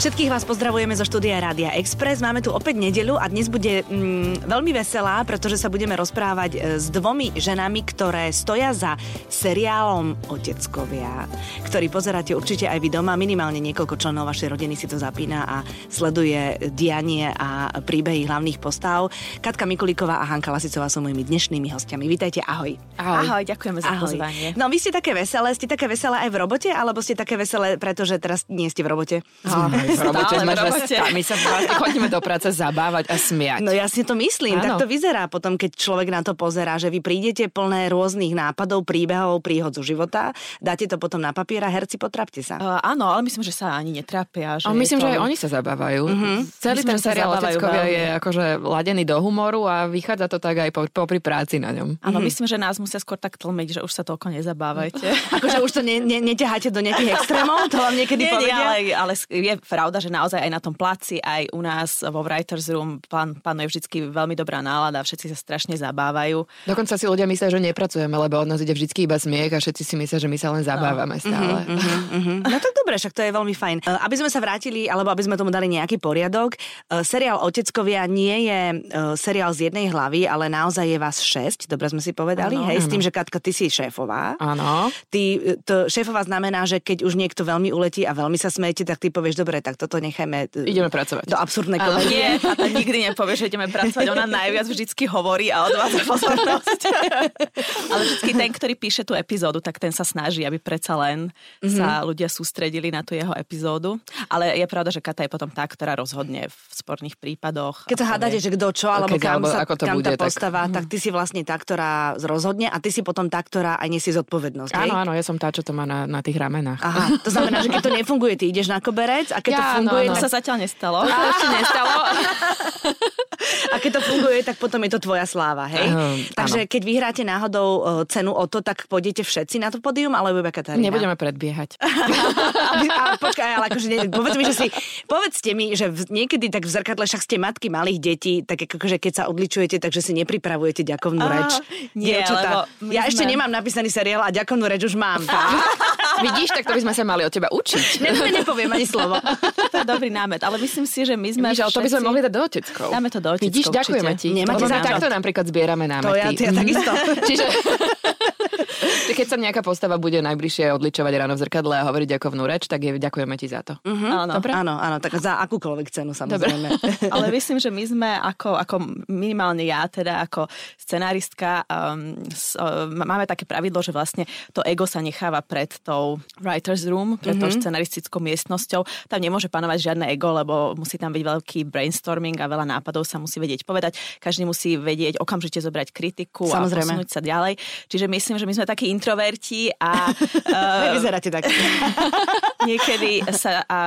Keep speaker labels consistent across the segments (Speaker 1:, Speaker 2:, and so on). Speaker 1: Všetkých vás pozdravujeme zo štúdia Rádia Express. Máme tu opäť nedeľu a dnes bude mm, veľmi veselá, pretože sa budeme rozprávať e, s dvomi ženami, ktoré stoja za seriálom Oteckovia, ktorý pozeráte určite aj vy doma. Minimálne niekoľko členov vašej rodiny si to zapína a sleduje dianie a príbehy hlavných postav. Katka Mikulíková a Hanka Lasicová sú mojimi dnešnými hostiami. Vítajte, ahoj.
Speaker 2: Ahoj. Ahoj, ďakujeme za pozvanie.
Speaker 1: No vy ste také veselé, ste také veselé aj v robote, alebo ste také veselé, pretože teraz nie ste v robote?
Speaker 3: V robote
Speaker 2: Stále
Speaker 3: sme,
Speaker 2: v
Speaker 3: že
Speaker 2: robote.
Speaker 3: stá- my sa vlastne chodíme do práce zabávať a smiať.
Speaker 1: No ja si to myslím,
Speaker 3: Áno.
Speaker 1: tak to vyzerá potom, keď človek na to pozerá, že vy prídete plné rôznych nápadov, príbehov, príhod zo života, dáte to potom na papier a herci potrapte sa.
Speaker 2: Uh, áno, ale myslím, že sa ani netrápia.
Speaker 3: A
Speaker 2: Že
Speaker 3: myslím,
Speaker 2: je to...
Speaker 3: že aj oni sa zabávajú. Mm-hmm. Celý
Speaker 2: Myslím,
Speaker 3: ten
Speaker 2: že sa
Speaker 3: seriál
Speaker 2: zabávajú
Speaker 3: Oteckovia
Speaker 2: veľmi.
Speaker 3: je akože ladený do humoru a vychádza to tak aj po, popri práci na ňom.
Speaker 2: Áno, myslím, že nás musia skôr tak tlmiť, že už sa toľko nezabávajte.
Speaker 1: Akože už to ne, ne, neťaháte do nejakých extrémov, to vám niekedy
Speaker 2: nie, nie,
Speaker 1: povedia.
Speaker 2: ale, ale je pravda, že naozaj aj na tom placi, aj u nás vo Writers Room pán, panuje vždy veľmi dobrá nálada, všetci sa strašne zabávajú.
Speaker 3: Dokonca si ľudia myslia, že nepracujeme, lebo od nás ide vždy iba smiech a všetci si myslia, že my sa len zabávame stále. Mm-hmm.
Speaker 1: Mhm. No tak dobre, však to je veľmi fajn. E, Aby sme sa vrátili, alebo aby sme tomu dali nejaký poriadok, e, seriál Oteckovia nie je e, seriál z jednej hlavy, ale naozaj je vás šesť, dobre sme si povedali,
Speaker 3: Áno,
Speaker 1: hej, s tým, že Katka, ty si šéfová.
Speaker 3: Áno.
Speaker 1: Ty, e, to šéfová znamená, že keď už niekto veľmi uletí a veľmi sa smejete, tak ty povieš, dobre, tak toto nechajme t-
Speaker 3: Ideme pracovať.
Speaker 1: do absurdnej
Speaker 2: Ale
Speaker 1: komedie.
Speaker 2: nie, a to nikdy nepovie, že ideme pracovať. Ona najviac vždycky hovorí a odvádza pozornosť. Ale vždycky ten, ktorý píše tú epizódu, tak ten sa snaží, aby predsa len mm-hmm.
Speaker 3: Mhm.
Speaker 2: sa ľudia sústredili na tú jeho epizódu. Ale je pravda, že Kata je potom tá, ktorá rozhodne v sporných prípadoch.
Speaker 1: Keď sa
Speaker 2: A povie-
Speaker 1: hádate, že kto čo, alebo
Speaker 3: Keď-
Speaker 1: kam,
Speaker 3: alebo
Speaker 1: sa,
Speaker 3: ako to
Speaker 1: kam
Speaker 3: bude,
Speaker 1: tá
Speaker 3: tak- Mhm.
Speaker 1: postava, tak... ty si vlastne tá, ktorá rozhodne a ty si potom tá, ktorá aj nesie zodpovednosť. hej?
Speaker 3: Áno, áno, ja som tá, čo to má na, na tých ramenách.
Speaker 1: Aha, to znamená, že keď to nefunguje, ty ideš na koberec a keď to
Speaker 3: Ja, no,
Speaker 1: funguje,
Speaker 3: áno.
Speaker 2: To
Speaker 1: tak,
Speaker 2: sa zatiaľ nestalo.
Speaker 3: To ešte nestalo.
Speaker 1: a keď to funguje, tak potom je to tvoja sláva, hej?
Speaker 3: Ehm,
Speaker 1: Takže keď vyhráte náhodou e, cenu o to, tak pôjdete všetci na to pódium, alebo iba Katarína?
Speaker 3: Nebudeme predbiehať.
Speaker 1: Aby, a počkaj, ale akože ne, povedz mi, že si, povedzte mi, že v, niekedy tak v zrkadle však ste matky malých detí, tak akože keď sa odličujete, takže si nepripravujete ďakovnú
Speaker 2: Á,
Speaker 1: reč.
Speaker 2: nie,
Speaker 1: Dievčatá.
Speaker 2: lebo my
Speaker 1: ja ešte
Speaker 2: sme-
Speaker 1: nemám napísaný seriál a ďakovnú reč už mám.
Speaker 3: Vidíš, tak to by sme sa mali od teba učiť.
Speaker 1: ne, ne, nepoviem ani slovo.
Speaker 2: To je dobrý námet, ale myslím si, že my sme
Speaker 3: Víš, ale to by sme
Speaker 2: všetci-
Speaker 3: mohli dať do oteckov.
Speaker 2: Dáme to do oteckov,
Speaker 3: Vidíš, ďakujeme
Speaker 2: určite.
Speaker 3: ti.
Speaker 1: Nemáte
Speaker 3: Lebo my
Speaker 1: za čo.
Speaker 3: takto napríklad zbierame
Speaker 1: To ja,
Speaker 3: námety.
Speaker 1: to ja takisto.
Speaker 3: Čiže že keď sa nejaká postava bude najbližšie odličovať ráno v zrkadle a hovoriť ďakovnú reč, tak je, ďakujeme ti za to. No.
Speaker 2: Áno.
Speaker 1: Áno, áno, tak za akúkoľvek cenu samozrejme.
Speaker 2: Ale myslím, že my sme ako, ako minimálne ja, teda ako scenáristka, um, s, uh, máme také pravidlo, že vlastne to ego sa necháva pred tou writer's room, pred mm-hmm. tou scenaristickou miestnosťou. Tam nemôže panovať žiadne ego, lebo musí tam byť veľký brainstorming a veľa nápadov sa musí vedieť povedať. Každý musí vedieť okamžite zobrať kritiku
Speaker 1: Samozrejme.
Speaker 2: a posunúť sa ďalej. Čiže myslím, že my sme takí introverti a
Speaker 1: Vy
Speaker 3: Ehm,
Speaker 2: uh,
Speaker 1: Vyzeráte tak.
Speaker 2: Niekedy sa, a,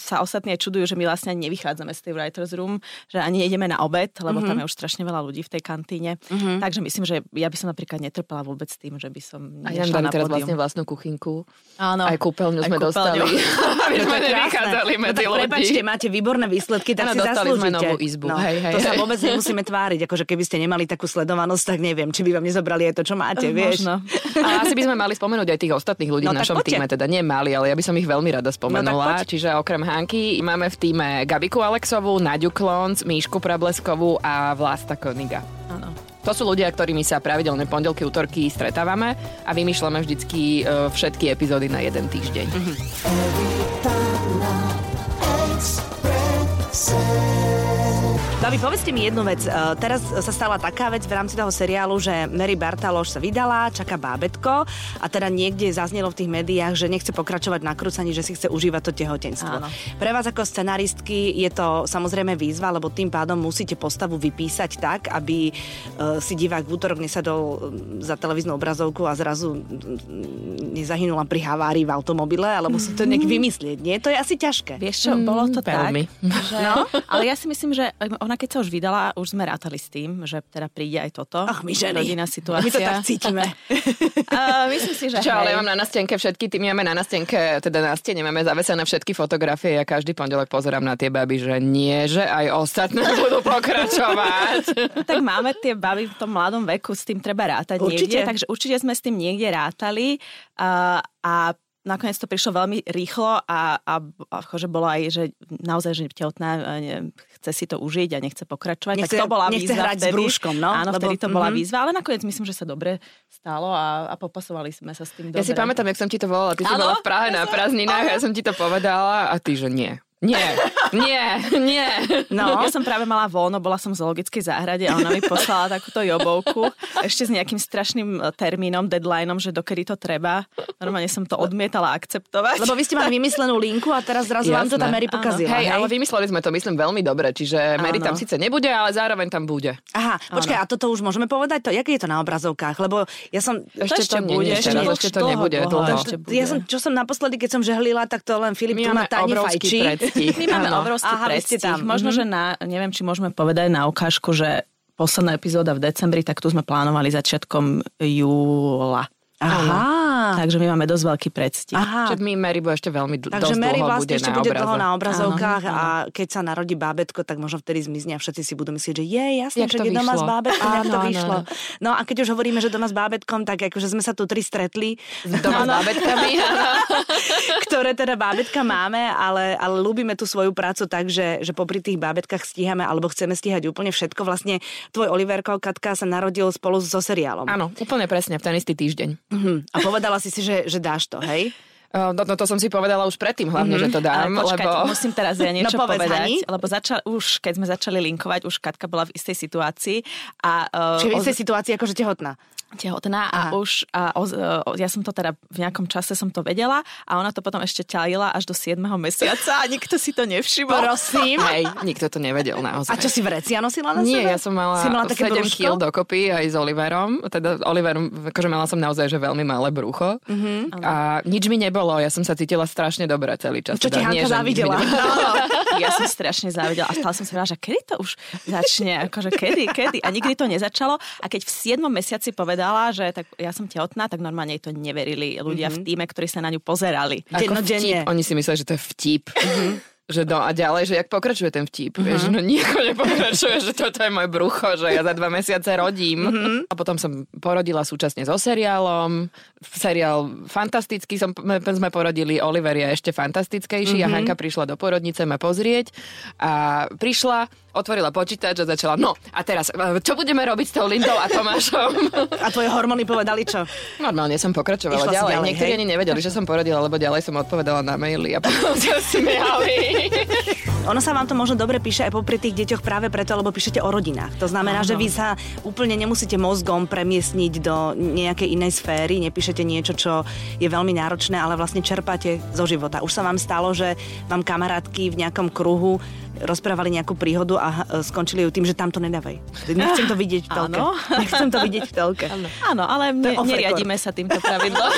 Speaker 2: sa ostatní aj čudujú, že my vlastne ani nevychádzame z tej writer's room, že ani nejdeme na obed, lebo
Speaker 1: Mhm.
Speaker 2: mm-hmm. tam je už strašne veľa ľudí v tej kantíne. Mm-hmm. Takže myslím, že ja by som napríklad netrpela vôbec tým, že by som
Speaker 3: A ja
Speaker 2: nešla
Speaker 3: dali
Speaker 2: na
Speaker 3: teraz
Speaker 2: pódium.
Speaker 3: vlastne vlastnú kuchynku.
Speaker 2: Áno.
Speaker 3: Aj kúpeľňu
Speaker 2: Aj
Speaker 3: sme
Speaker 2: kúpeľňu.
Speaker 3: dostali. No
Speaker 1: To
Speaker 3: Aby sme
Speaker 1: je krásne.
Speaker 3: nevychádzali
Speaker 1: no,
Speaker 3: medzi
Speaker 1: tak
Speaker 3: ľudí.
Speaker 1: prepačte, máte výborné výsledky, tak
Speaker 3: Áno,
Speaker 1: si
Speaker 3: dostali
Speaker 1: zaslúžite.
Speaker 3: sme novú izbu.
Speaker 1: No,
Speaker 3: Hej, hej,
Speaker 1: to sa
Speaker 3: hej.
Speaker 1: vôbec nemusíme tváriť, akože keby ste nemali takú sledovanosť, tak neviem, či by vám nezobrali aj to, čo máte,
Speaker 3: Eh,
Speaker 1: vieš.
Speaker 2: Možno.
Speaker 3: Ale asi by sme mali spomenúť aj tých ostatných ľudí
Speaker 1: No
Speaker 3: v
Speaker 1: tak
Speaker 3: našom
Speaker 1: poďte.
Speaker 3: týme, teda nie mali, ale ja by som ich veľmi rada
Speaker 1: No
Speaker 3: spomenula.
Speaker 1: tak poď.
Speaker 3: Čiže okrem Hanky máme v týme Gabiku Alexovú, Naďu Klonc, Míšku Prableskovú a Vlasta Koniga.
Speaker 2: Áno.
Speaker 3: To sú ľudia, ktorými sa pravidelne pondelky, útorky stretávame a vymýšľame vždycky e, všetky epizódy na jeden týždeň.
Speaker 1: Mhm. Babi, povedzte mi jednu vec. E, Teraz sa stala taká vec v rámci toho seriálu, že Mary Bartaloš sa vydala, čaká bábetko a teda niekde zaznelo v tých médiách, že nechce pokračovať na krúcaní, že si chce užívať to tehotenstvo.
Speaker 2: Áno.
Speaker 1: Pre vás ako scenaristky je to samozrejme výzva, lebo tým pádom musíte postavu vypísať tak, aby e, si divák v útorok nesadol mm, za televíznu obrazovku a zrazu mm, nezahynula pri havárii v automobile, alebo si to nejak vymyslieť, nie? To je asi ťažké.
Speaker 2: Vieš čo, bolo
Speaker 1: Mm,
Speaker 2: to
Speaker 3: veľmi.
Speaker 2: tak, že, no? ale ja si myslím, že eh, ona keď sa už vydala, už sme rátali s tým, že teda príde aj toto.
Speaker 1: Ach, my ženy.
Speaker 2: Rodinná situácia.
Speaker 1: My to tak cítime.
Speaker 2: A myslím si, že
Speaker 3: Čo, ale
Speaker 2: hej.
Speaker 3: ja mám na nastenke všetky, ty my máme na nastenke, teda na stene máme zavesené všetky fotografie, ja každý pondelok pozerám na tie baby, že nie, že aj ostatné budú pokračovať.
Speaker 2: tak máme tie baby v tom mladom veku, s tým treba rátať
Speaker 1: Určite.
Speaker 2: niekde, takže určite sme s tým niekde rátali uh, a nakoniec to prišlo veľmi rýchlo a, a akože bolo aj, že naozaj, že tehotná e, ne, chce si to užiť a nechce pokračovať.
Speaker 1: Nechce-
Speaker 2: tak to bola
Speaker 1: nechce
Speaker 2: výzva
Speaker 1: hrať s
Speaker 2: vtedy.
Speaker 1: brúškom, no,
Speaker 2: Áno,
Speaker 1: lebo-
Speaker 2: vtedy to bola
Speaker 1: mhm.
Speaker 2: výzva, ale nakoniec myslím, že sa dobre stalo a, a popasovali sme sa s tým
Speaker 3: Ja
Speaker 2: dobre.
Speaker 3: si pamätám, jak som ti to volala, ty si
Speaker 2: Áno,
Speaker 3: bola v Prahe na prázdninách a ja som ti to povedala a ty, že nie. Nie, nie, nie.
Speaker 2: No. Ja som práve mala voľno, bola som v zoologickej záhrade a ona mi poslala takúto jobovku ešte s nejakým strašným eh, termínom, deadlineom, že dokedy to treba. Normálne som to odmietala akceptovať.
Speaker 1: Lebo vy ste mali vymyslenú linku a teraz zrazu vám to tá
Speaker 3: Jasné.
Speaker 1: Mary pokazila.
Speaker 3: Hej, ale vymysleli sme to, myslím, veľmi dobre, čiže Mary
Speaker 1: Áno.
Speaker 3: tam síce nebude, ale zároveň tam bude.
Speaker 1: Aha, počkaj, a toto už môžeme povedať? To, jaké je to na obrazovkách? Lebo ja som...
Speaker 3: Ešte to
Speaker 2: ešte bude,
Speaker 3: bude, ešte,
Speaker 2: ešte
Speaker 3: ešte to
Speaker 2: dlho,
Speaker 3: nebude
Speaker 2: dlho,
Speaker 3: dlho.
Speaker 2: ešte bude.
Speaker 1: Ja som, čo som naposledy, keď som žehlila, tak to len Filip
Speaker 3: My
Speaker 1: tu má
Speaker 3: máme
Speaker 1: tani
Speaker 3: obrovský
Speaker 1: fajčí.
Speaker 3: predstih.
Speaker 2: My máme
Speaker 3: áno.
Speaker 2: obrovský
Speaker 1: Aha, vy ste
Speaker 2: predstih.
Speaker 1: tam,
Speaker 2: Možno, že na, neviem, či môžeme povedať na ukážku, že posledná epizóda v decembri, tak tu sme plánovali začiatkom júla.
Speaker 1: Aha.
Speaker 2: Takže my máme dosť veľký predstih.
Speaker 1: Aha.
Speaker 3: Čiže my Mary bude ešte veľmi dl-
Speaker 1: Takže
Speaker 3: dosť
Speaker 1: Mary
Speaker 3: dlho
Speaker 1: vlastne
Speaker 3: bude
Speaker 1: ešte
Speaker 3: na
Speaker 1: bude dlho
Speaker 3: obraze.
Speaker 1: na obrazovkách a keď sa narodí bábetko, tak možno vtedy zmizne a všetci si budú myslieť, že je jasne,
Speaker 3: Jak
Speaker 1: že
Speaker 3: to
Speaker 1: je doma s
Speaker 3: vyšlo.
Speaker 1: bábetkom, jak to
Speaker 3: Áno, áno,
Speaker 1: vyšlo. No a keď už hovoríme, že doma s bábetkom, tak akože sme sa tu tri stretli,
Speaker 3: Doma s bábetkami.
Speaker 1: ktoré teda bábetka máme, ale, ale ľúbime tú svoju prácu tak, že, že popri tých bábetkách stíhame alebo chceme stíhať úplne všetko. Vlastne tvoj Oliverko Katka sa narodil spolu so seriálom.
Speaker 3: Áno, úplne presne, v ten istý týždeň.
Speaker 1: Mhm. A povedala si si, že, že dáš to, hej?
Speaker 3: Uh, No, no to som si povedala už predtým,
Speaker 1: Mhm.
Speaker 3: hlavne, že to dám,
Speaker 2: Ale počkaj,
Speaker 3: lebo...
Speaker 2: to musím teraz ja niečo
Speaker 1: No povedz,
Speaker 2: povedať,
Speaker 1: Hani.
Speaker 2: lebo začal, už keď sme začali linkovať, už Katka bola v istej situácii a uh,
Speaker 1: Čiže v istej situácii akože tehotná.
Speaker 2: tehotná a už a oz, e, o, ja som to teda v nejakom čase som to vedela a ona to potom ešte ťalila až do 7. mesiaca a nikto si to nevšimol.
Speaker 1: Prosím.
Speaker 3: Hej, nikto to nevedel naozaj.
Speaker 1: A čo si vrecia nosila na sebe?
Speaker 3: Nie, ja som mala,
Speaker 1: si mala také
Speaker 3: 7
Speaker 1: brúško?
Speaker 3: kg dokopy aj s Oliverom. Teda Oliver, akože mala som naozaj že veľmi malé brucho.
Speaker 1: Mhm,
Speaker 3: Mm-hmm. A nič mi nebolo, ja som sa cítila strašne dobre celý čas.
Speaker 1: Čo ti
Speaker 3: Teda
Speaker 1: Hanka
Speaker 3: nie, že nič mi
Speaker 1: závidela?
Speaker 2: No,
Speaker 3: nebolo.
Speaker 2: Ja som strašne závidela a stále som si hovorila, že kedy to už začne, akože kedy, kedy. A nikdy to nezačalo. A keď v 7 mesiaci povedala, že tak ja som tehotná, tak normálne jej to neverili ľudia mm-hmm. v týme, ktorí sa na ňu pozerali.
Speaker 3: Ako
Speaker 1: Dennodenne.
Speaker 3: vtip. Oni si myslia, že to je vtip. že no a ďalej, že jak pokračuje ten vtip. Vieš, no niko nepokračuje, že toto je moje brucho, že ja za dva mesiace rodím. A potom som porodila súčasne so seriálom. Seriál fantastický som, m- sme porodili, Oliver je ešte fantastickejší a Hanka prišla do porodnice ma pozrieť a prišla, otvorila počítač a začala, no a teraz, e, čo budeme robiť s tou Lindou a Tomášom?
Speaker 1: A tvoje hormóny povedali čo?
Speaker 3: Normálne som
Speaker 1: Išla
Speaker 3: pokračovala
Speaker 1: si
Speaker 3: ďalej.
Speaker 1: ďalej,
Speaker 3: Niektorí
Speaker 1: hej?
Speaker 3: ani nevedeli, že som porodila, lebo ďalej som odpovedala na maily a potom sa smiali.
Speaker 1: Ono sa vám to možno dobre píše aj popri tých deťoch práve preto, lebo píšete o rodinách. To znamená, že vy sa úplne nemusíte mozgom premiesniť do nejakej inej sféry, nepíšete niečo, čo je veľmi náročné, ale vlastne čerpáte zo života. Už sa vám stalo, že vám kamarátky v nejakom kruhu rozprávali nejakú príhodu a eh, skončili ju tým, že tam to nedávaj. Nechcem to vidieť v telke.
Speaker 2: Áno.
Speaker 1: Nechcem to vidieť v telke.
Speaker 2: Áno, ale ne,
Speaker 1: je off
Speaker 2: neriadíme sa týmto pravidlom.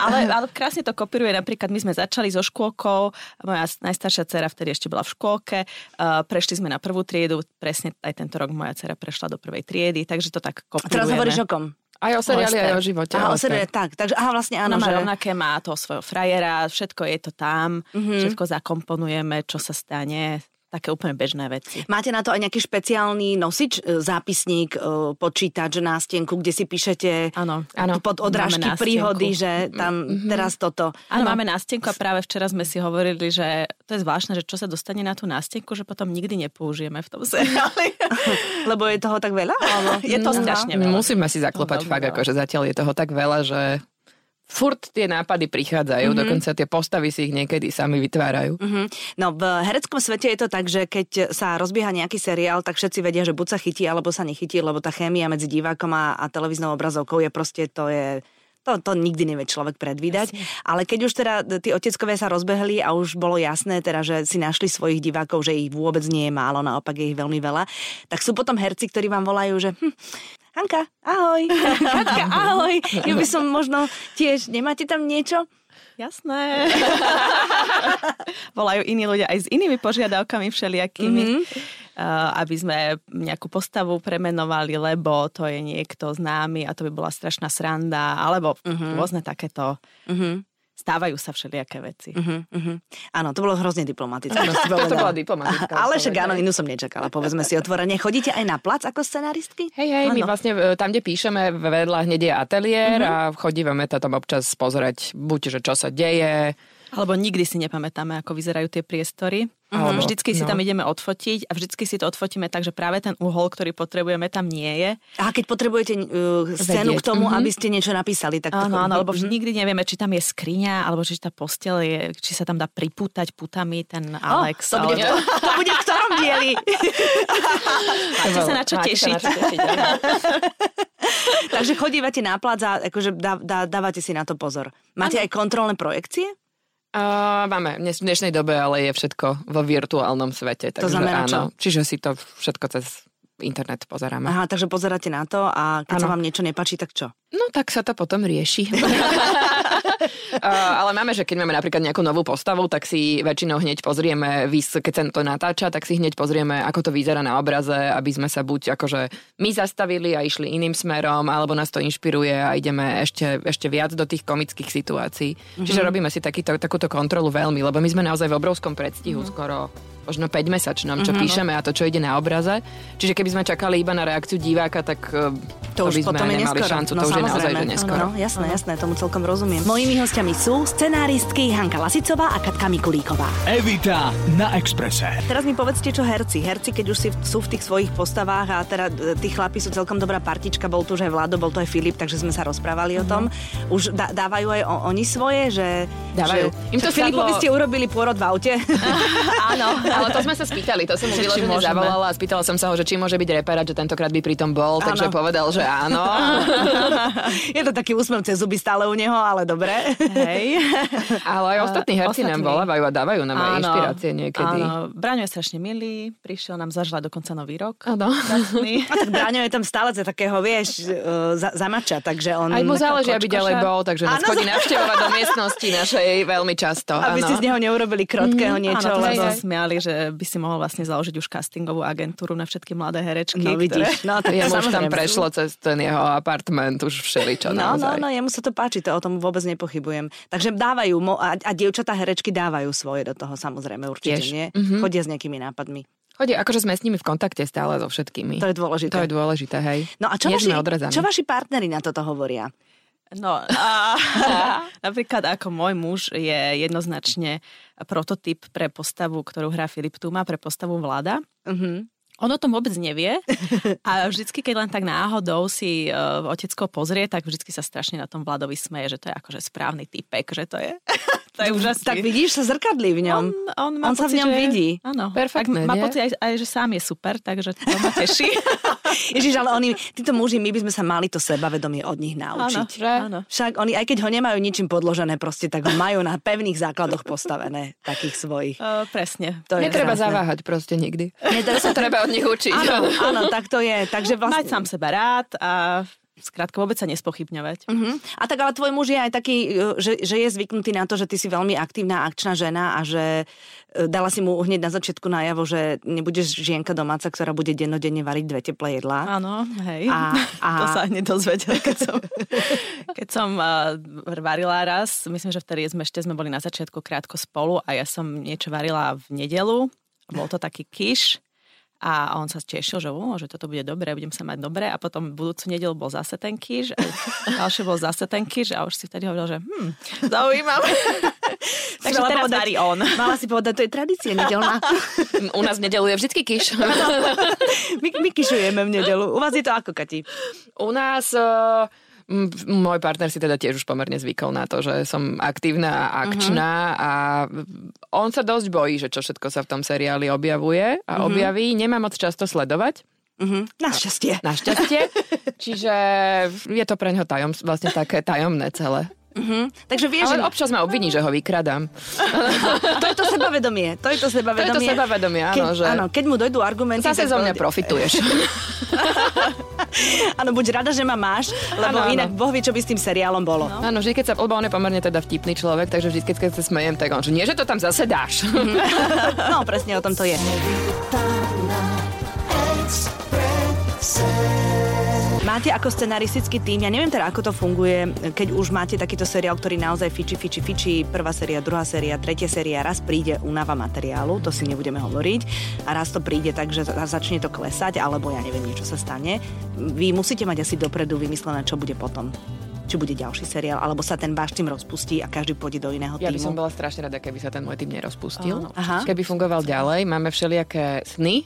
Speaker 2: ale, ale krásne to kopíruje. Napríklad my sme začali so škôlkou, moja s- najstaršia dcera vtedy ešte bola v škôlke, uh, prešli sme na prvú triedu, presne aj tento rok moja dcera prešla do prvej triedy, takže to tak
Speaker 1: A
Speaker 2: kopírujeme.
Speaker 1: teraz hovoríš o kom?
Speaker 3: Aj o seriáli, aj o živote.
Speaker 1: Aha, o
Speaker 3: Oster.
Speaker 1: seriále, tak. Takže, aha, vlastne áno,
Speaker 2: Ona má
Speaker 1: že...
Speaker 2: rovnaké, má toho svojho frajera, všetko je to tam, mm-hmm.
Speaker 1: Mhm.
Speaker 2: všetko zakomponujeme, čo sa stane, také úplne bežné veci.
Speaker 1: Máte na to aj nejaký špeciálny nosič, e, zápisník, e, počítač, nástenku, kde si píšete
Speaker 2: Áno,
Speaker 3: áno.
Speaker 1: pod odrážky
Speaker 2: Máme nástenku.
Speaker 1: príhody, že tam teraz toto.
Speaker 2: Áno, máme nástenku a práve včera sme si hovorili, že to je zvláštne, že čo sa dostane na tú nástenku, že potom nikdy nepoužijeme v tom seriáli.
Speaker 1: Lebo je toho tak veľa? Alebo...
Speaker 2: je to strašne veľa.
Speaker 3: Musíme si
Speaker 1: No,
Speaker 3: zaklopať
Speaker 2: Veľmi
Speaker 3: fakt,
Speaker 2: veľa.
Speaker 3: akože zatiaľ je toho tak veľa, že furt tie nápady prichádzajú, dokonca tie postavy si ich niekedy sami vytvárajú.
Speaker 1: Mhm. No v hereckom svete je to tak, že keď sa rozbieha nejaký seriál, tak všetci vedia, že buď sa chytí, alebo sa nechytí, lebo tá chémia medzi divákom a, a televíznou obrazovkou je proste, to je... To, to nikdy nevie človek predvídať. Ale keď už teda tí oteckovia sa rozbehli a už bolo jasné, teda, že si našli svojich divákov, že ich vôbec nie je málo, naopak je ich veľmi veľa, tak sú potom herci, ktorí vám volajú, že hm, Hanka, ahoj, Katka, ahoj, ja by som možno tiež, nemáte tam niečo?
Speaker 2: Jasné. Volajú iní ľudia aj s inými požiadavkami všelijakými, mm-hmm. aby sme nejakú postavu premenovali, lebo to je niekto známy a to by bola strašná sranda, alebo mm-hmm. rôzne takéto.
Speaker 1: Mhm.
Speaker 2: stávajú sa všelijaké veci.
Speaker 1: Uh-huh, uh-huh. Áno, to bolo hrozne diplomatické. čo si
Speaker 3: Toto
Speaker 1: povedala.
Speaker 3: No, bola diplomatická.
Speaker 1: Ale však
Speaker 3: odpoveď,
Speaker 1: áno,
Speaker 3: hej.
Speaker 1: inú som nečakala, povedzme si otvorene. Chodíte aj na plac ako scenaristky?
Speaker 3: Hej, hej, my
Speaker 1: Áno.
Speaker 3: vlastne e, tam, kde píšeme, vedľa hneď je ateliér a chodívame to tam občas pozerať, buď, že čo sa deje,
Speaker 2: Alebo nikdy si nepamätáme, ako vyzerajú tie priestory.
Speaker 3: Alebo-
Speaker 2: Alebo, vždycky si
Speaker 3: no.
Speaker 2: tam ideme odfotiť a vždycky si to odfotíme tak, že práve ten uhol, ktorý potrebujeme, tam nie je.
Speaker 1: A keď potrebujete uh, scénu
Speaker 3: Vedieť, Mhm.
Speaker 1: k tomu, aby ste niečo napísali, tak... to-
Speaker 2: Áno, áno, lebo vž- nikdy nevieme, či tam je skriňa, alebo či tá postel je, či sa tam dá pripútať putami ten Alex.
Speaker 1: to, bude, v-
Speaker 2: alebo...
Speaker 1: to bude v ktorom dieli.
Speaker 2: Máte sa na čo
Speaker 3: Máte sa
Speaker 2: tešiť.
Speaker 3: na čo tešiť, áno.
Speaker 1: Takže chodívate na plac a akože dá, dá, dávate si na to pozor. Máte aj kontrolné projekcie?
Speaker 3: Uh, máme, Dnes- v dnešnej dobe ale je všetko vo virtuálnom svete. Takže
Speaker 1: znamená
Speaker 3: áno.
Speaker 1: čo?
Speaker 3: Čiže si to všetko cez internet pozeráme.
Speaker 1: Aha, takže pozeráte na to a keď sa
Speaker 3: No. Áno.
Speaker 1: vám niečo nepačí, tak čo?
Speaker 3: No tak sa to potom rieši. uh, Eh, ale máme, že keď máme napríklad nejakú novú postavu, tak si väčšinou hneď pozrieme, vys- keď sa to natáča, tak si hneď pozrieme, ako to vyzerá na obraze, aby sme sa buď akože my zastavili a išli iným smerom, alebo nás to inšpiruje a ideme ešte, ešte viac do tých komických situácií.
Speaker 1: Mhm.
Speaker 3: Mm-hmm. Čiže robíme si takýto, takúto kontrolu veľmi, lebo my sme naozaj v obrovskom
Speaker 1: Mhm.
Speaker 3: predstihu mm-hmm. skoro možno 5-mesačnom, čo mm-hmm. píšeme a to, čo ide na obraze. Čiže keby sme čakali iba na reakciu diváka, tak eh,
Speaker 1: To, už
Speaker 3: by sme
Speaker 1: potom je
Speaker 3: nemali
Speaker 1: neskoro.
Speaker 3: šancu, to už je naozaj že neskoro.
Speaker 1: No, jasné, jasné, tomu celkom rozumiem. Mojimi hostiami sú scenáristky Hanka Lasicová a Katka Mikulíková.
Speaker 4: Evita na Exprese.
Speaker 1: Teraz mi povedzte, čo herci. Herci, keď už si, sú v tých svojich postavách a teda e, tí chlapi sú celkom dobrá partička, bol tu už aj Vlado, bol tu aj Filip, takže sme sa rozprávali o tom. Už dá, dávajú aj o, oni svoje, že...
Speaker 3: Mhm. Dávajú.
Speaker 1: Že,
Speaker 3: Im to
Speaker 1: že Filipovi
Speaker 3: sadlo-
Speaker 1: ste urobili pôrod v aute.
Speaker 3: Áno, ale to sme sa spýtali, to som mu
Speaker 2: Že či
Speaker 3: vyložene
Speaker 2: môžeme.
Speaker 3: zavolala a spýtala som sa ho, že či môže byť reparát, že tentokrát by pritom bol,
Speaker 1: Áno.
Speaker 3: takže povedal, že áno.
Speaker 1: je to taký úsmev cez zuby stále u neho, ale dobre.
Speaker 2: Hej.
Speaker 3: Ale aj ostatní herci nám
Speaker 2: ostatní.
Speaker 3: volávajú a dávajú nám aj inšpirácie niekedy.
Speaker 2: Áno, Braňo je strašne milý, prišiel nám zažila dokonca nový rok.
Speaker 3: Áno.
Speaker 2: Krásny.
Speaker 1: A tak Braňo je tam stále za takého, vieš, e, za, zamača, takže on...
Speaker 3: Aj mu záleží, aby
Speaker 2: kočkoša.
Speaker 3: ďalej bol, takže nás
Speaker 1: Áno.
Speaker 3: chodí navštevovať do miestnosti našej veľmi často.
Speaker 1: Aby ste
Speaker 3: áno. Mhm.
Speaker 1: z neho neurobili krotkého niečo,
Speaker 2: Áno, to sme
Speaker 1: lebo...
Speaker 2: sa smiali, že by si mohol vlastne založiť už castingovú agentúru na všetky mladé herečky.
Speaker 1: No
Speaker 2: Ktoré...
Speaker 1: vidíš, no tak
Speaker 3: Jemu už tam
Speaker 1: samozrejme.
Speaker 3: prešlo cez ten jeho apartment už všeličo
Speaker 1: No, no,
Speaker 3: naozaj.
Speaker 1: no, jemu sa to páči, to o tom vôbec nepochybujem. Takže dávajú, mo- a, a dievčatá herečky dávajú svoje do toho, samozrejme, určite
Speaker 3: Tiež.
Speaker 1: nie.
Speaker 3: Mhm.
Speaker 1: Chodia s nejakými nápadmi.
Speaker 3: Chodí, akože sme s nimi v kontakte stále so všetkými.
Speaker 1: To je dôležité.
Speaker 3: To je dôležité, hej.
Speaker 1: No a čo
Speaker 3: Nie
Speaker 1: vaši,
Speaker 3: sme odrezaní.
Speaker 1: čo vaši partneri na toto hovoria?
Speaker 2: No, a, napríklad ako môj muž je jednoznačne prototyp pre postavu, ktorú hrá Filip Tuma, pre postavu Vlada.
Speaker 1: Uh-huh.
Speaker 2: On o tom vôbec nevie a vždycky, keď len tak náhodou si uh, otecko pozrie, tak vždycky sa strašne na tom Vladovi smeje, že to je akože správny typek, že to je, to je úžasný.
Speaker 1: Tak vidíš, sa zrkadlí v ňom.
Speaker 2: on, má
Speaker 1: on sa v
Speaker 2: pocit,
Speaker 1: ňom
Speaker 2: že-
Speaker 1: vidí.
Speaker 2: Áno.
Speaker 3: Perfektné,
Speaker 2: tak má
Speaker 3: nie?
Speaker 2: pocit aj, aj, že sám je super, takže to ma teší.
Speaker 1: Ježiš, ale oni, títo muži, my by sme sa mali to sebavedomie od nich naučiť.
Speaker 3: že?
Speaker 2: áno.
Speaker 1: Však oni, aj keď ho nemajú ničím podložené, proste tak ho majú na pevných základoch postavené, takých svojich.
Speaker 2: Uh, presne.
Speaker 1: To je
Speaker 3: Netreba
Speaker 1: krásne.
Speaker 3: zaváhať proste nikdy.
Speaker 1: Netreba-
Speaker 3: To sa treba od nich učiť.
Speaker 1: Áno, áno, tak to je. Takže vlastne...
Speaker 2: Mať sám seba rád a skrátka vôbec sa nespochybňovať.
Speaker 1: Uh-huh. A tak ale tvoj muž je aj taký, e, že, že je zvyknutý na to, že ty si veľmi aktívna, akčná žena a že e, dala si mu hneď na začiatku najavo, že nebudeš žienka domáca, ktorá bude dennodenne variť dve teplé jedlá.
Speaker 2: Áno, hej.
Speaker 1: A- a-
Speaker 2: To sa nedozvedel, keď som, keď som uh, varila raz. Myslím, že vtedy sme ešte sme boli na začiatku krátko spolu a ja som niečo varila v nedelu. Bol to taký kiš a on sa tešil, že, ó, že toto bude dobré, budem sa mať dobre a potom budúcu nedelu bol zase ten kiš a ďalšie bol zase ten kiš a už si vtedy hovoril, že hm, zaujímavé. Takže
Speaker 1: Chcela
Speaker 2: teraz
Speaker 1: povedať-
Speaker 2: varí on.
Speaker 1: Mala si povedať, to je tradícia nedelná.
Speaker 3: U nás v nedelu je vždycky kiš.
Speaker 1: My, my kišujeme v nedelu. U vás je to ako, Kati?
Speaker 3: U nás... eh, m- môj partner si teda tiež už pomerne zvykol na to, že som aktívna a akčná a on sa dosť bojí, že čo všetko sa v tom seriáli objavuje a objaví. Nemá moc často sledovať,
Speaker 1: Uh-huh.
Speaker 3: Mhm.
Speaker 1: Našťastie.
Speaker 3: No. našťastie. Čiže je to pre ňo tajom, vlastne také tajomné celé.
Speaker 1: Uh-huh. Takže vieš, že
Speaker 3: Ale občas ma obviní, že ho vykradám.
Speaker 1: to je to sebavedomie. To je to
Speaker 3: To je
Speaker 1: sebavedomie.
Speaker 3: to sebavedomie,
Speaker 1: keď,
Speaker 3: áno, že
Speaker 1: áno, keď mu dojdú argumenty...
Speaker 3: zase
Speaker 1: tak
Speaker 3: zo mňa
Speaker 1: povede-
Speaker 3: profituješ.
Speaker 1: Áno, buď rada, že ma máš, lebo
Speaker 3: Áno, No. áno.
Speaker 1: inak Boh vie, čo by s tým seriálom bolo.
Speaker 3: Áno, vždy, keď sa, lebo on je pomerne teda vtipný človek, takže vždy, keď sa smejem, tak on, že nie, že to tam zase dáš.
Speaker 1: No, presne o tom to je.
Speaker 5: Express.
Speaker 1: Má máte ako scenaristický tým, ja neviem teda, ako to funguje, keď už máte takýto seriál, ktorý naozaj fiči, fiči, fiči, prvá séria, druhá séria, tretia séria, raz príde únava materiálu, to si nebudeme hovoriť, a raz to príde tak, že za- začne to klesať, alebo ja neviem, niečo sa stane. Vy musíte mať asi dopredu vymyslené, čo bude potom. Či bude ďalší seriál, alebo sa ten váš tým rozpustí a každý pôjde do iného
Speaker 3: Ja by som
Speaker 1: týmu.
Speaker 3: bola strašne rada, keby sa ten môj tým nerozpustil.
Speaker 2: Áno,
Speaker 1: Aha.
Speaker 3: Keby fungoval ďalej, máme všelijaké sny.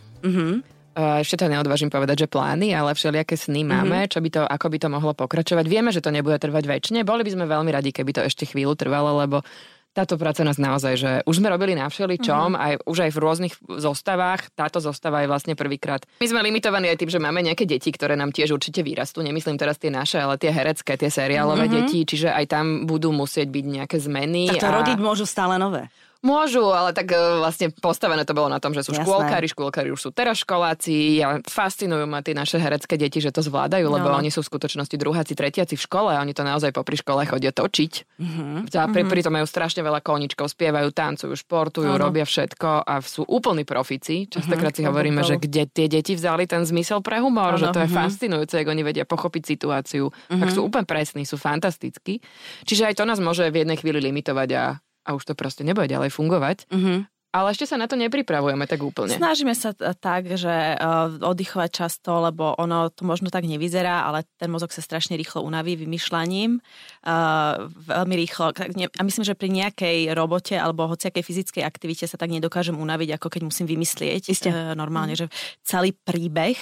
Speaker 3: Uh, Ešte to neodvážim povedať, že plány, ale všelijaké sny
Speaker 1: Mhm.
Speaker 3: máme, čo by to, ako by to mohlo pokračovať. Vieme, že to nebude trvať väčšine. Boli by sme veľmi radi, keby to ešte chvíľu trvalo, lebo táto práca nás naozaj, že už sme robili na všeličom,
Speaker 1: Mhm.
Speaker 3: aj, už aj v rôznych zostavách. Táto zostava je vlastne prvýkrát. My sme limitovaní aj tým, že máme nejaké deti, ktoré nám tiež určite vyrastú. Nemyslím teraz tie naše, ale tie herecké, tie seriálové deti, čiže aj tam budú musieť byť nejaké
Speaker 1: Mhm.
Speaker 3: zmeny.
Speaker 1: Tak to
Speaker 3: a-
Speaker 1: rodiť môžu stále nové.
Speaker 3: Môžu, ale tak e, vlastne postavené to bolo na tom, že sú
Speaker 1: Jasné.
Speaker 3: škôlkári, škôlkári už sú teraz školáci a fascinujú ma tie naše herecké deti, že to zvládajú, lebo
Speaker 2: No.
Speaker 3: oni sú v skutočnosti druháci, tretiaci v škole a oni to naozaj popri škole chodia točiť.
Speaker 2: Mhm.
Speaker 3: Mm-hmm. A pri, pritom majú strašne veľa koničkov, spievajú, tancujú, športujú,
Speaker 2: Áno. Mhm.
Speaker 3: robia všetko a sú úplní profici. Častokrát si hovoríme, že kde tie deti vzali ten zmysel pre humor,
Speaker 2: Áno. Mhm.
Speaker 3: že to je fascinujúce, ak oni vedia pochopiť situáciu, tak sú úplne presní, sú fantastickí. Čiže aj to nás môže v jednej chvíli limitovať a a už to proste nebude ďalej fungovať.
Speaker 2: Mhm.
Speaker 3: Ale ešte sa na to nepripravujeme tak úplne.
Speaker 2: Snažíme sa t- tak, že uh, oddychovať často, lebo ono to možno tak nevyzerá, ale ten mozog sa strašne rýchlo unaví vymýšľaním. Uh, veľmi rýchlo. Tak ne- A myslím, že pri nejakej robote alebo hociakej fyzickej aktivite sa tak nedokážem unaviť, ako keď musím vymyslieť
Speaker 1: Isté. Mhm.
Speaker 2: uh, normálne, že celý príbeh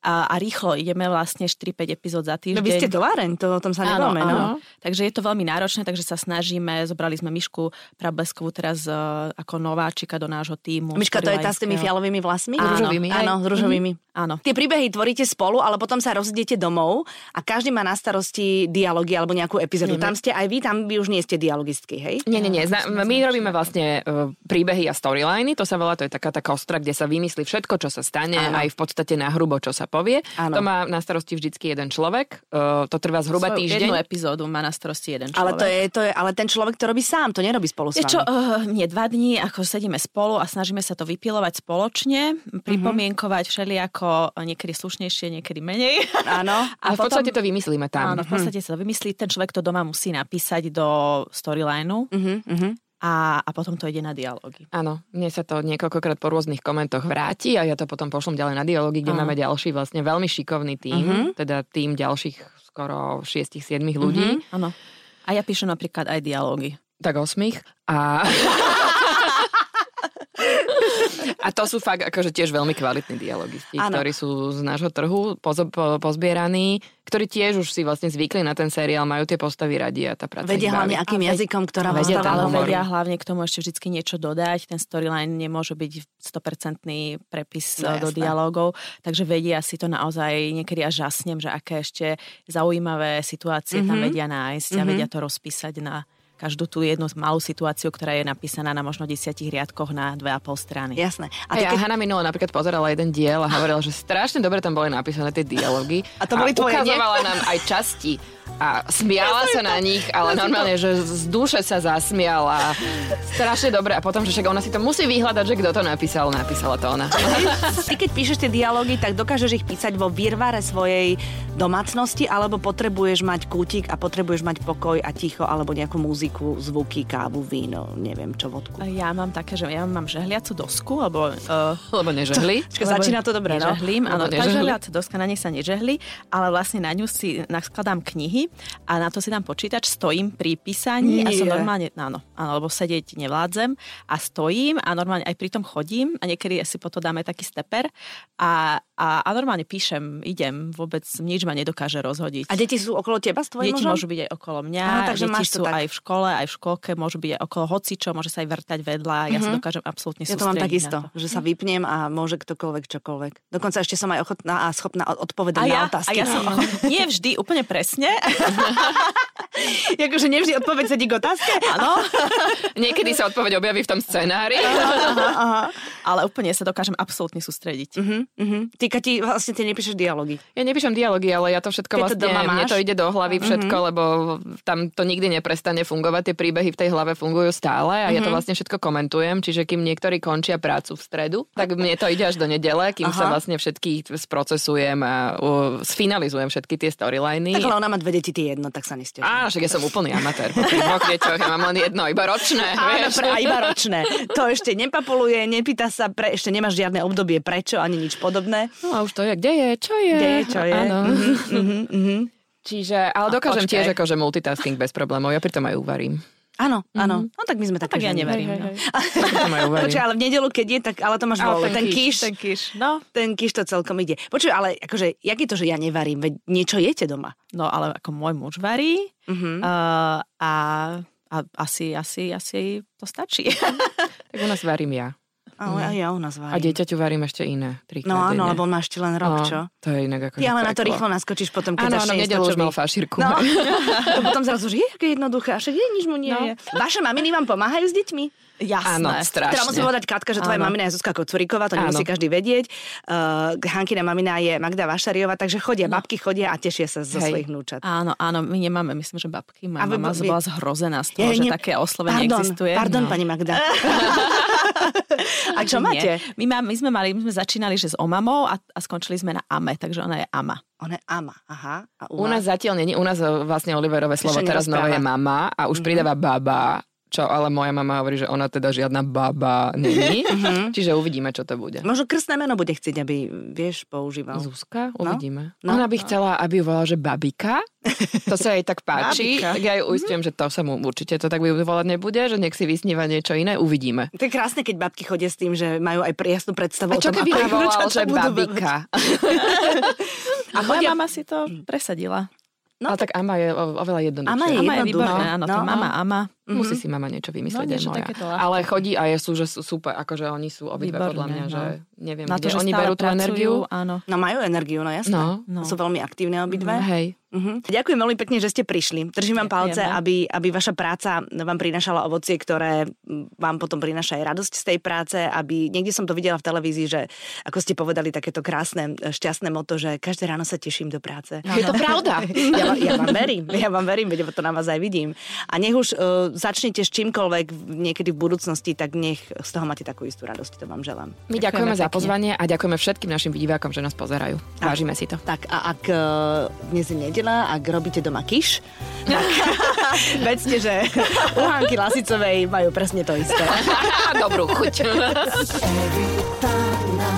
Speaker 2: a, a rýchlo ideme vlastne 4-5 epizód za týždeň.
Speaker 1: No vy ste továreň, to o tom sa nebáme. No.
Speaker 2: áno. Takže je to veľmi náročné, takže sa snažíme, zobrali sme Mišku Prableskovú teraz e, ako nováčika do nášho týmu.
Speaker 1: Myška, to je tá s tými
Speaker 2: Škodilajského.
Speaker 1: fialovými vlasmi?
Speaker 2: Áno, mhm.
Speaker 3: Rúžovými.
Speaker 1: Áno, s rúžovými.
Speaker 2: Áno.
Speaker 1: Tie príbehy tvoríte spolu, ale potom sa rozidete domov a každý má na starosti dialógy alebo nejakú epizódu. Tam ste aj vy, tam vy už nie ste dialogistky, hej?
Speaker 3: Nie, nie, nie. Zna- my robíme vlastne e, príbehy a storyliny, to sa volá, to je taká tá kostra, kde sa vymyslí všetko, čo sa stane,
Speaker 1: Áno.
Speaker 3: aj v podstate na hrubo, čo sa povie.
Speaker 1: Áno.
Speaker 3: To má na starosti vždycky jeden človek, e, to trvá zhruba
Speaker 2: Svoju
Speaker 3: týždeň.
Speaker 2: jednu epizódu má na starosti jeden človek.
Speaker 1: Ale, to je, to je, ale ten človek to robí sám, to nerobí spolu s
Speaker 2: Vieš čo,
Speaker 1: vami.
Speaker 2: uh, nie, dva dní, ako sedíme spolu a snažíme sa to vypilovať spoločne, pripomienkovať všelijako, eh, niekedy slušnejšie, niekedy menej.
Speaker 1: Áno.
Speaker 3: A v podstate to vymyslíme tam.
Speaker 2: Áno, v podstate sa to vymyslí, ten človek to doma musí napísať do storylineu
Speaker 1: Uh-huh, uh-huh.
Speaker 2: a, a potom to ide na dialógy.
Speaker 3: Áno, mne sa to niekoľkokrát po rôznych komentoch vráti a ja to potom pošlem ďalej na dialógy, kde máme ďalší vlastne veľmi šikovný tím, teda tím ďalších skoro 6-7 ľudí.
Speaker 2: Áno. A ja píšem napríklad aj dialógy.
Speaker 3: tak osmých a... A to sú fakt akože tiež veľmi kvalitní dialogisti,
Speaker 1: Áno.
Speaker 3: ano. ktorí sú z nášho trhu pozo- po- pozbieraní, ktorí tiež už si vlastne zvykli na ten seriál, majú tie postavy radi a tá práca
Speaker 1: Vedia
Speaker 3: ich baví.
Speaker 1: hlavne, akým jazykom, ktorá vás
Speaker 3: vedia
Speaker 1: tam
Speaker 3: tam
Speaker 2: No, ale
Speaker 3: hovorí.
Speaker 2: vedia hlavne k tomu ešte vždy niečo dodať. Ten storyline nemôže byť 100% prepis
Speaker 1: No,
Speaker 2: no, do
Speaker 1: jasné.
Speaker 2: dialogov, takže vedia si to naozaj, niekedy až žasnem, že aké ešte zaujímavé situácie mm-hmm. tam vedia nájsť mm-hmm. a vedia to rozpísať na každú tú jednu malú situáciu, ktorá je napísaná na možno desiatich riadkoch na dve a pol strany.
Speaker 1: Jasné. A,
Speaker 3: A
Speaker 1: ty,
Speaker 3: ja,
Speaker 1: keď,
Speaker 3: Hanna minule napríklad pozerala jeden diel a hovorila, že strašne dobre tam boli napísané tie dialógy.
Speaker 1: A to boli
Speaker 3: a
Speaker 1: tvoje, nie?
Speaker 3: ukazovala nám aj časti a smiala sa na nich, ale normálne, že z duše sa zasmiala. Strašne dobre. A potom, že však ona si to musí vyhľadať, že kto to napísal, napísala to ona.
Speaker 1: ty keď píšeš tie dialógy, tak dokážeš ich písať vo virvare svojej domácnosti, alebo potrebuješ mať kútik a potrebuješ mať pokoj a ticho, alebo nejakú muziku, zvuky, kávu, víno, neviem čo, vodku.
Speaker 2: Ja mám také, že ja mám žehliacu dosku, alebo uh,
Speaker 3: Lebo nežehli.
Speaker 1: Počkaj, začína to dobre, no?
Speaker 2: Nežehlím, áno,
Speaker 3: Lebo
Speaker 2: tá
Speaker 3: nežehlí.
Speaker 2: žehliaca doska, na nej sa nežehli, ale vlastne na ňu si naskladám knihy a na to si dám počítač, stojím pri písaní a som
Speaker 1: Nie.
Speaker 2: normálne, no áno, áno, lebo sedieť nevládzem a stojím a normálne aj pri tom chodím a niekedy si po to dáme taký steper a, a, a normálne píšem, idem, vôbec nič ma nedokáže rozhodiť.
Speaker 1: A deti sú okolo teba s tvojim
Speaker 2: Deti
Speaker 1: mužom?
Speaker 2: môžu byť aj okolo mňa,
Speaker 1: Aha, takže
Speaker 2: takže deti
Speaker 1: máš to
Speaker 2: sú
Speaker 1: tak.
Speaker 2: aj v škole, aj v škôlke, môžu byť aj okolo hocičo, môže sa aj vrtať vedľa, ja sa dokážem absolútne
Speaker 1: Mhm. Ja to mám
Speaker 2: sústrediť
Speaker 1: takisto,
Speaker 2: na to.
Speaker 1: že sa vypnem a môže ktokoľvek čokoľvek. Dokonca ešte som aj ochotná a schopná od- odpovedať
Speaker 2: A
Speaker 1: na
Speaker 2: ja, a
Speaker 1: otázky.
Speaker 2: ja som, nie vždy úplne presne,
Speaker 1: akože nevždy odpoveď sedí k otázke.
Speaker 2: áno,
Speaker 3: Niekedy sa odpoveď objaví v tom scenári.
Speaker 1: Aha, aha.
Speaker 2: ale úplne sa dokážem absolútne sústrediť.
Speaker 1: Mhm, mhm. Ty, Kati, vlastne ty nepíšeš dialógy.
Speaker 3: Ja nepíšem dialógy, ale ja to všetko
Speaker 1: Keď to
Speaker 3: vlastne,
Speaker 1: doma
Speaker 3: mne
Speaker 1: máš. Mhm.
Speaker 3: to ide do hlavy všetko, lebo tam to nikdy neprestane fungovať, tie príbehy v tej hlave fungujú stále a ja
Speaker 1: Mhm.
Speaker 3: to vlastne všetko komentujem, čiže kým niektorí končia prácu v stredu, tak mne to ide až do nedele, kým sa
Speaker 1: Aha.
Speaker 3: vlastne všetkých sprocesujem a uh, sfinalizujem všetky tie storyliny.
Speaker 1: Tak ale ona má dve deti, ty jedno, tak sa nestiažuj.
Speaker 3: Á, však ja som úplný amatér. Po tých dvoch deťoch, ja mám len jedno, iba ročné,
Speaker 1: Áno,
Speaker 3: vieš.
Speaker 1: pre, a iba ročné. To ešte nepapuluje, nepýta sa, pre, ešte nemáš žiadne obdobie prečo, ani nič podobné.
Speaker 3: No a už to je, kde je, čo je.
Speaker 1: Kde je, čo je.
Speaker 3: Áno.
Speaker 1: Mhm, mhm.
Speaker 3: Čiže, ale dokážem
Speaker 2: počkaj.
Speaker 3: tiež akože multitasking bez problémov, ja pritom aj uvarím.
Speaker 1: Áno, áno. No tak my sme také.
Speaker 2: Tak ja
Speaker 1: ženy.
Speaker 2: neverím. no.
Speaker 3: Pritom aj uvarím.
Speaker 1: Počkaj, ale v nedelu, keď je, tak ale to máš
Speaker 3: Ale
Speaker 1: voľno.
Speaker 3: ten
Speaker 1: Ten
Speaker 3: kýš,
Speaker 1: kýš,
Speaker 2: Ten kýš. No,
Speaker 1: ten kýš to celkom ide. Počuj, ale akože, jak je to, že ja nevarím? Veď niečo jete doma.
Speaker 2: no ale ako môj muž varí
Speaker 1: Mhm.
Speaker 2: uh, a, a asi, asi, asi to stačí.
Speaker 3: Tak u nás varím ja.
Speaker 1: Ale aj ja u nás varím.
Speaker 3: A dieťaťu varím ešte iné. trikrát
Speaker 1: No áno,
Speaker 3: denne.
Speaker 1: lebo on má ešte len
Speaker 3: No,
Speaker 1: rok, čo?
Speaker 3: To je inak ako
Speaker 1: Ty ale na to rýchlo naskočíš potom, keď
Speaker 3: Áno,
Speaker 1: začne jesť
Speaker 3: áno, v
Speaker 1: to,
Speaker 3: nedelu
Speaker 1: čo
Speaker 3: už mal
Speaker 1: by-
Speaker 3: fašírku.
Speaker 1: No, to potom zrazu, že je aké jednoduché, a však je, nič mu nie
Speaker 3: No.
Speaker 1: je. Vaše maminy vám pomáhajú s deťmi?
Speaker 3: Áno,
Speaker 2: Jasné.
Speaker 3: stra-
Speaker 1: Teda
Speaker 3: Strašne.
Speaker 1: musím povedať, Katka, že tvoja
Speaker 2: Áno.
Speaker 1: mamina je Zuzka Kocuriková, to
Speaker 3: Áno.
Speaker 1: nemusí každý vedieť. Uh, Hankina mamina je Magda Vašariová, takže chodia, babky chodia a tešia sa zo
Speaker 3: Hej.
Speaker 1: svojich vnúčat.
Speaker 2: Áno, áno, my nemáme, myslím, že babky.
Speaker 1: A
Speaker 2: Moja
Speaker 1: vy-
Speaker 2: mama
Speaker 1: vy-
Speaker 2: bola zhrozená z toho,
Speaker 1: Ja
Speaker 2: že
Speaker 1: ne-
Speaker 2: také oslove
Speaker 1: pardon,
Speaker 2: neexistuje.
Speaker 1: Pardon,
Speaker 2: no.
Speaker 1: pani Magda. a čo
Speaker 2: Nie.
Speaker 1: máte?
Speaker 2: My, má, my, sme mali, my sme začínali, že s omamou a, a skončili sme na ame, takže ona je ama.
Speaker 1: Ona je ama, aha. A u,
Speaker 3: U nás zatiaľ není, u nás eh, vlastne Oliverové slovo
Speaker 1: Ešte Mhm.
Speaker 3: teraz nové
Speaker 1: nerozpráva.
Speaker 3: je mama a už pridáva baba, čo ale moja mama hovorí, že ona teda žiadna baba není.
Speaker 1: Mhm.
Speaker 3: Čiže uvidíme, čo to bude.
Speaker 1: Možno krstné meno bude chcieť, aby, vieš, používal.
Speaker 3: Zuzka? Uvidíme.
Speaker 1: No.
Speaker 3: Ona by chcela, aby ju volala, že babika. To sa jej tak páči.
Speaker 2: Babika.
Speaker 3: tak ja ju
Speaker 1: Mhm.
Speaker 3: uistujem, že to sa mu určite to tak by volať nebude, že nech si vysníva niečo iné. Uvidíme.
Speaker 1: To je krásne, keď babky chodia s tým, že majú aj jasnú predstavu o
Speaker 3: A čo
Speaker 1: tom,
Speaker 3: keby
Speaker 1: ako ich
Speaker 3: volal,
Speaker 1: vnúčatá
Speaker 3: že
Speaker 1: budú volať?
Speaker 3: babika?
Speaker 2: A moja
Speaker 1: chodia-
Speaker 2: mama si to
Speaker 1: Mm.
Speaker 2: presadila.
Speaker 1: No,
Speaker 3: No, ale tak Ama je mhm. o- oveľa jednoduchšia.
Speaker 1: Ama je
Speaker 2: Ama je
Speaker 1: Jednoduché.
Speaker 2: výborné,
Speaker 1: No,
Speaker 2: áno,
Speaker 1: no,
Speaker 2: to mama, ama.
Speaker 3: Musí si mama niečo vymyslieť, aj
Speaker 2: No, niečo
Speaker 3: moja.
Speaker 2: takéto ľahké.
Speaker 3: Ale chodí a je, sú, že sú super, akože oni sú obidve
Speaker 2: Výborné,
Speaker 3: podľa mňa,
Speaker 2: no.
Speaker 3: že neviem,
Speaker 2: Na to,
Speaker 3: kde
Speaker 2: že
Speaker 3: oni
Speaker 2: stále
Speaker 3: berú tú
Speaker 2: pracujú,
Speaker 3: energiu.
Speaker 2: Áno.
Speaker 1: No majú energiu, no jasné.
Speaker 3: No.
Speaker 1: No.
Speaker 2: No.
Speaker 1: Sú veľmi aktívne obidve.
Speaker 3: Hej.
Speaker 1: Mhm. Ďakujem veľmi pekne, že ste prišli. Držím vám palce,
Speaker 2: Ďakujeme.
Speaker 1: aby, aby vaša práca vám prinášala ovocie, ktoré mm, vám potom prináša aj radosť z tej práce, aby niekde som to videla v televízii, že ako ste povedali takéto krásne, e, šťastné moto, že každé ráno sa teším do práce.
Speaker 3: Je to pravda.
Speaker 1: Ja, va- ja vám verím, ja vám verím, veď to na vás aj vidím. A nech už uh, začnete s čímkoľvek niekedy v budúcnosti, tak nech z toho máte takú istú radosť, to vám želám.
Speaker 3: My ďakujeme za pozvanie a ďakujeme všetkým našim divákom, že nás pozerajú. Vážime si to.
Speaker 1: Tak a ak e, dnes je nedela, ak robíte doma kiš, tak vedzte, že u Hanky Lasicovej majú presne to isté.
Speaker 3: Dobrú chuť.
Speaker 5: Everybody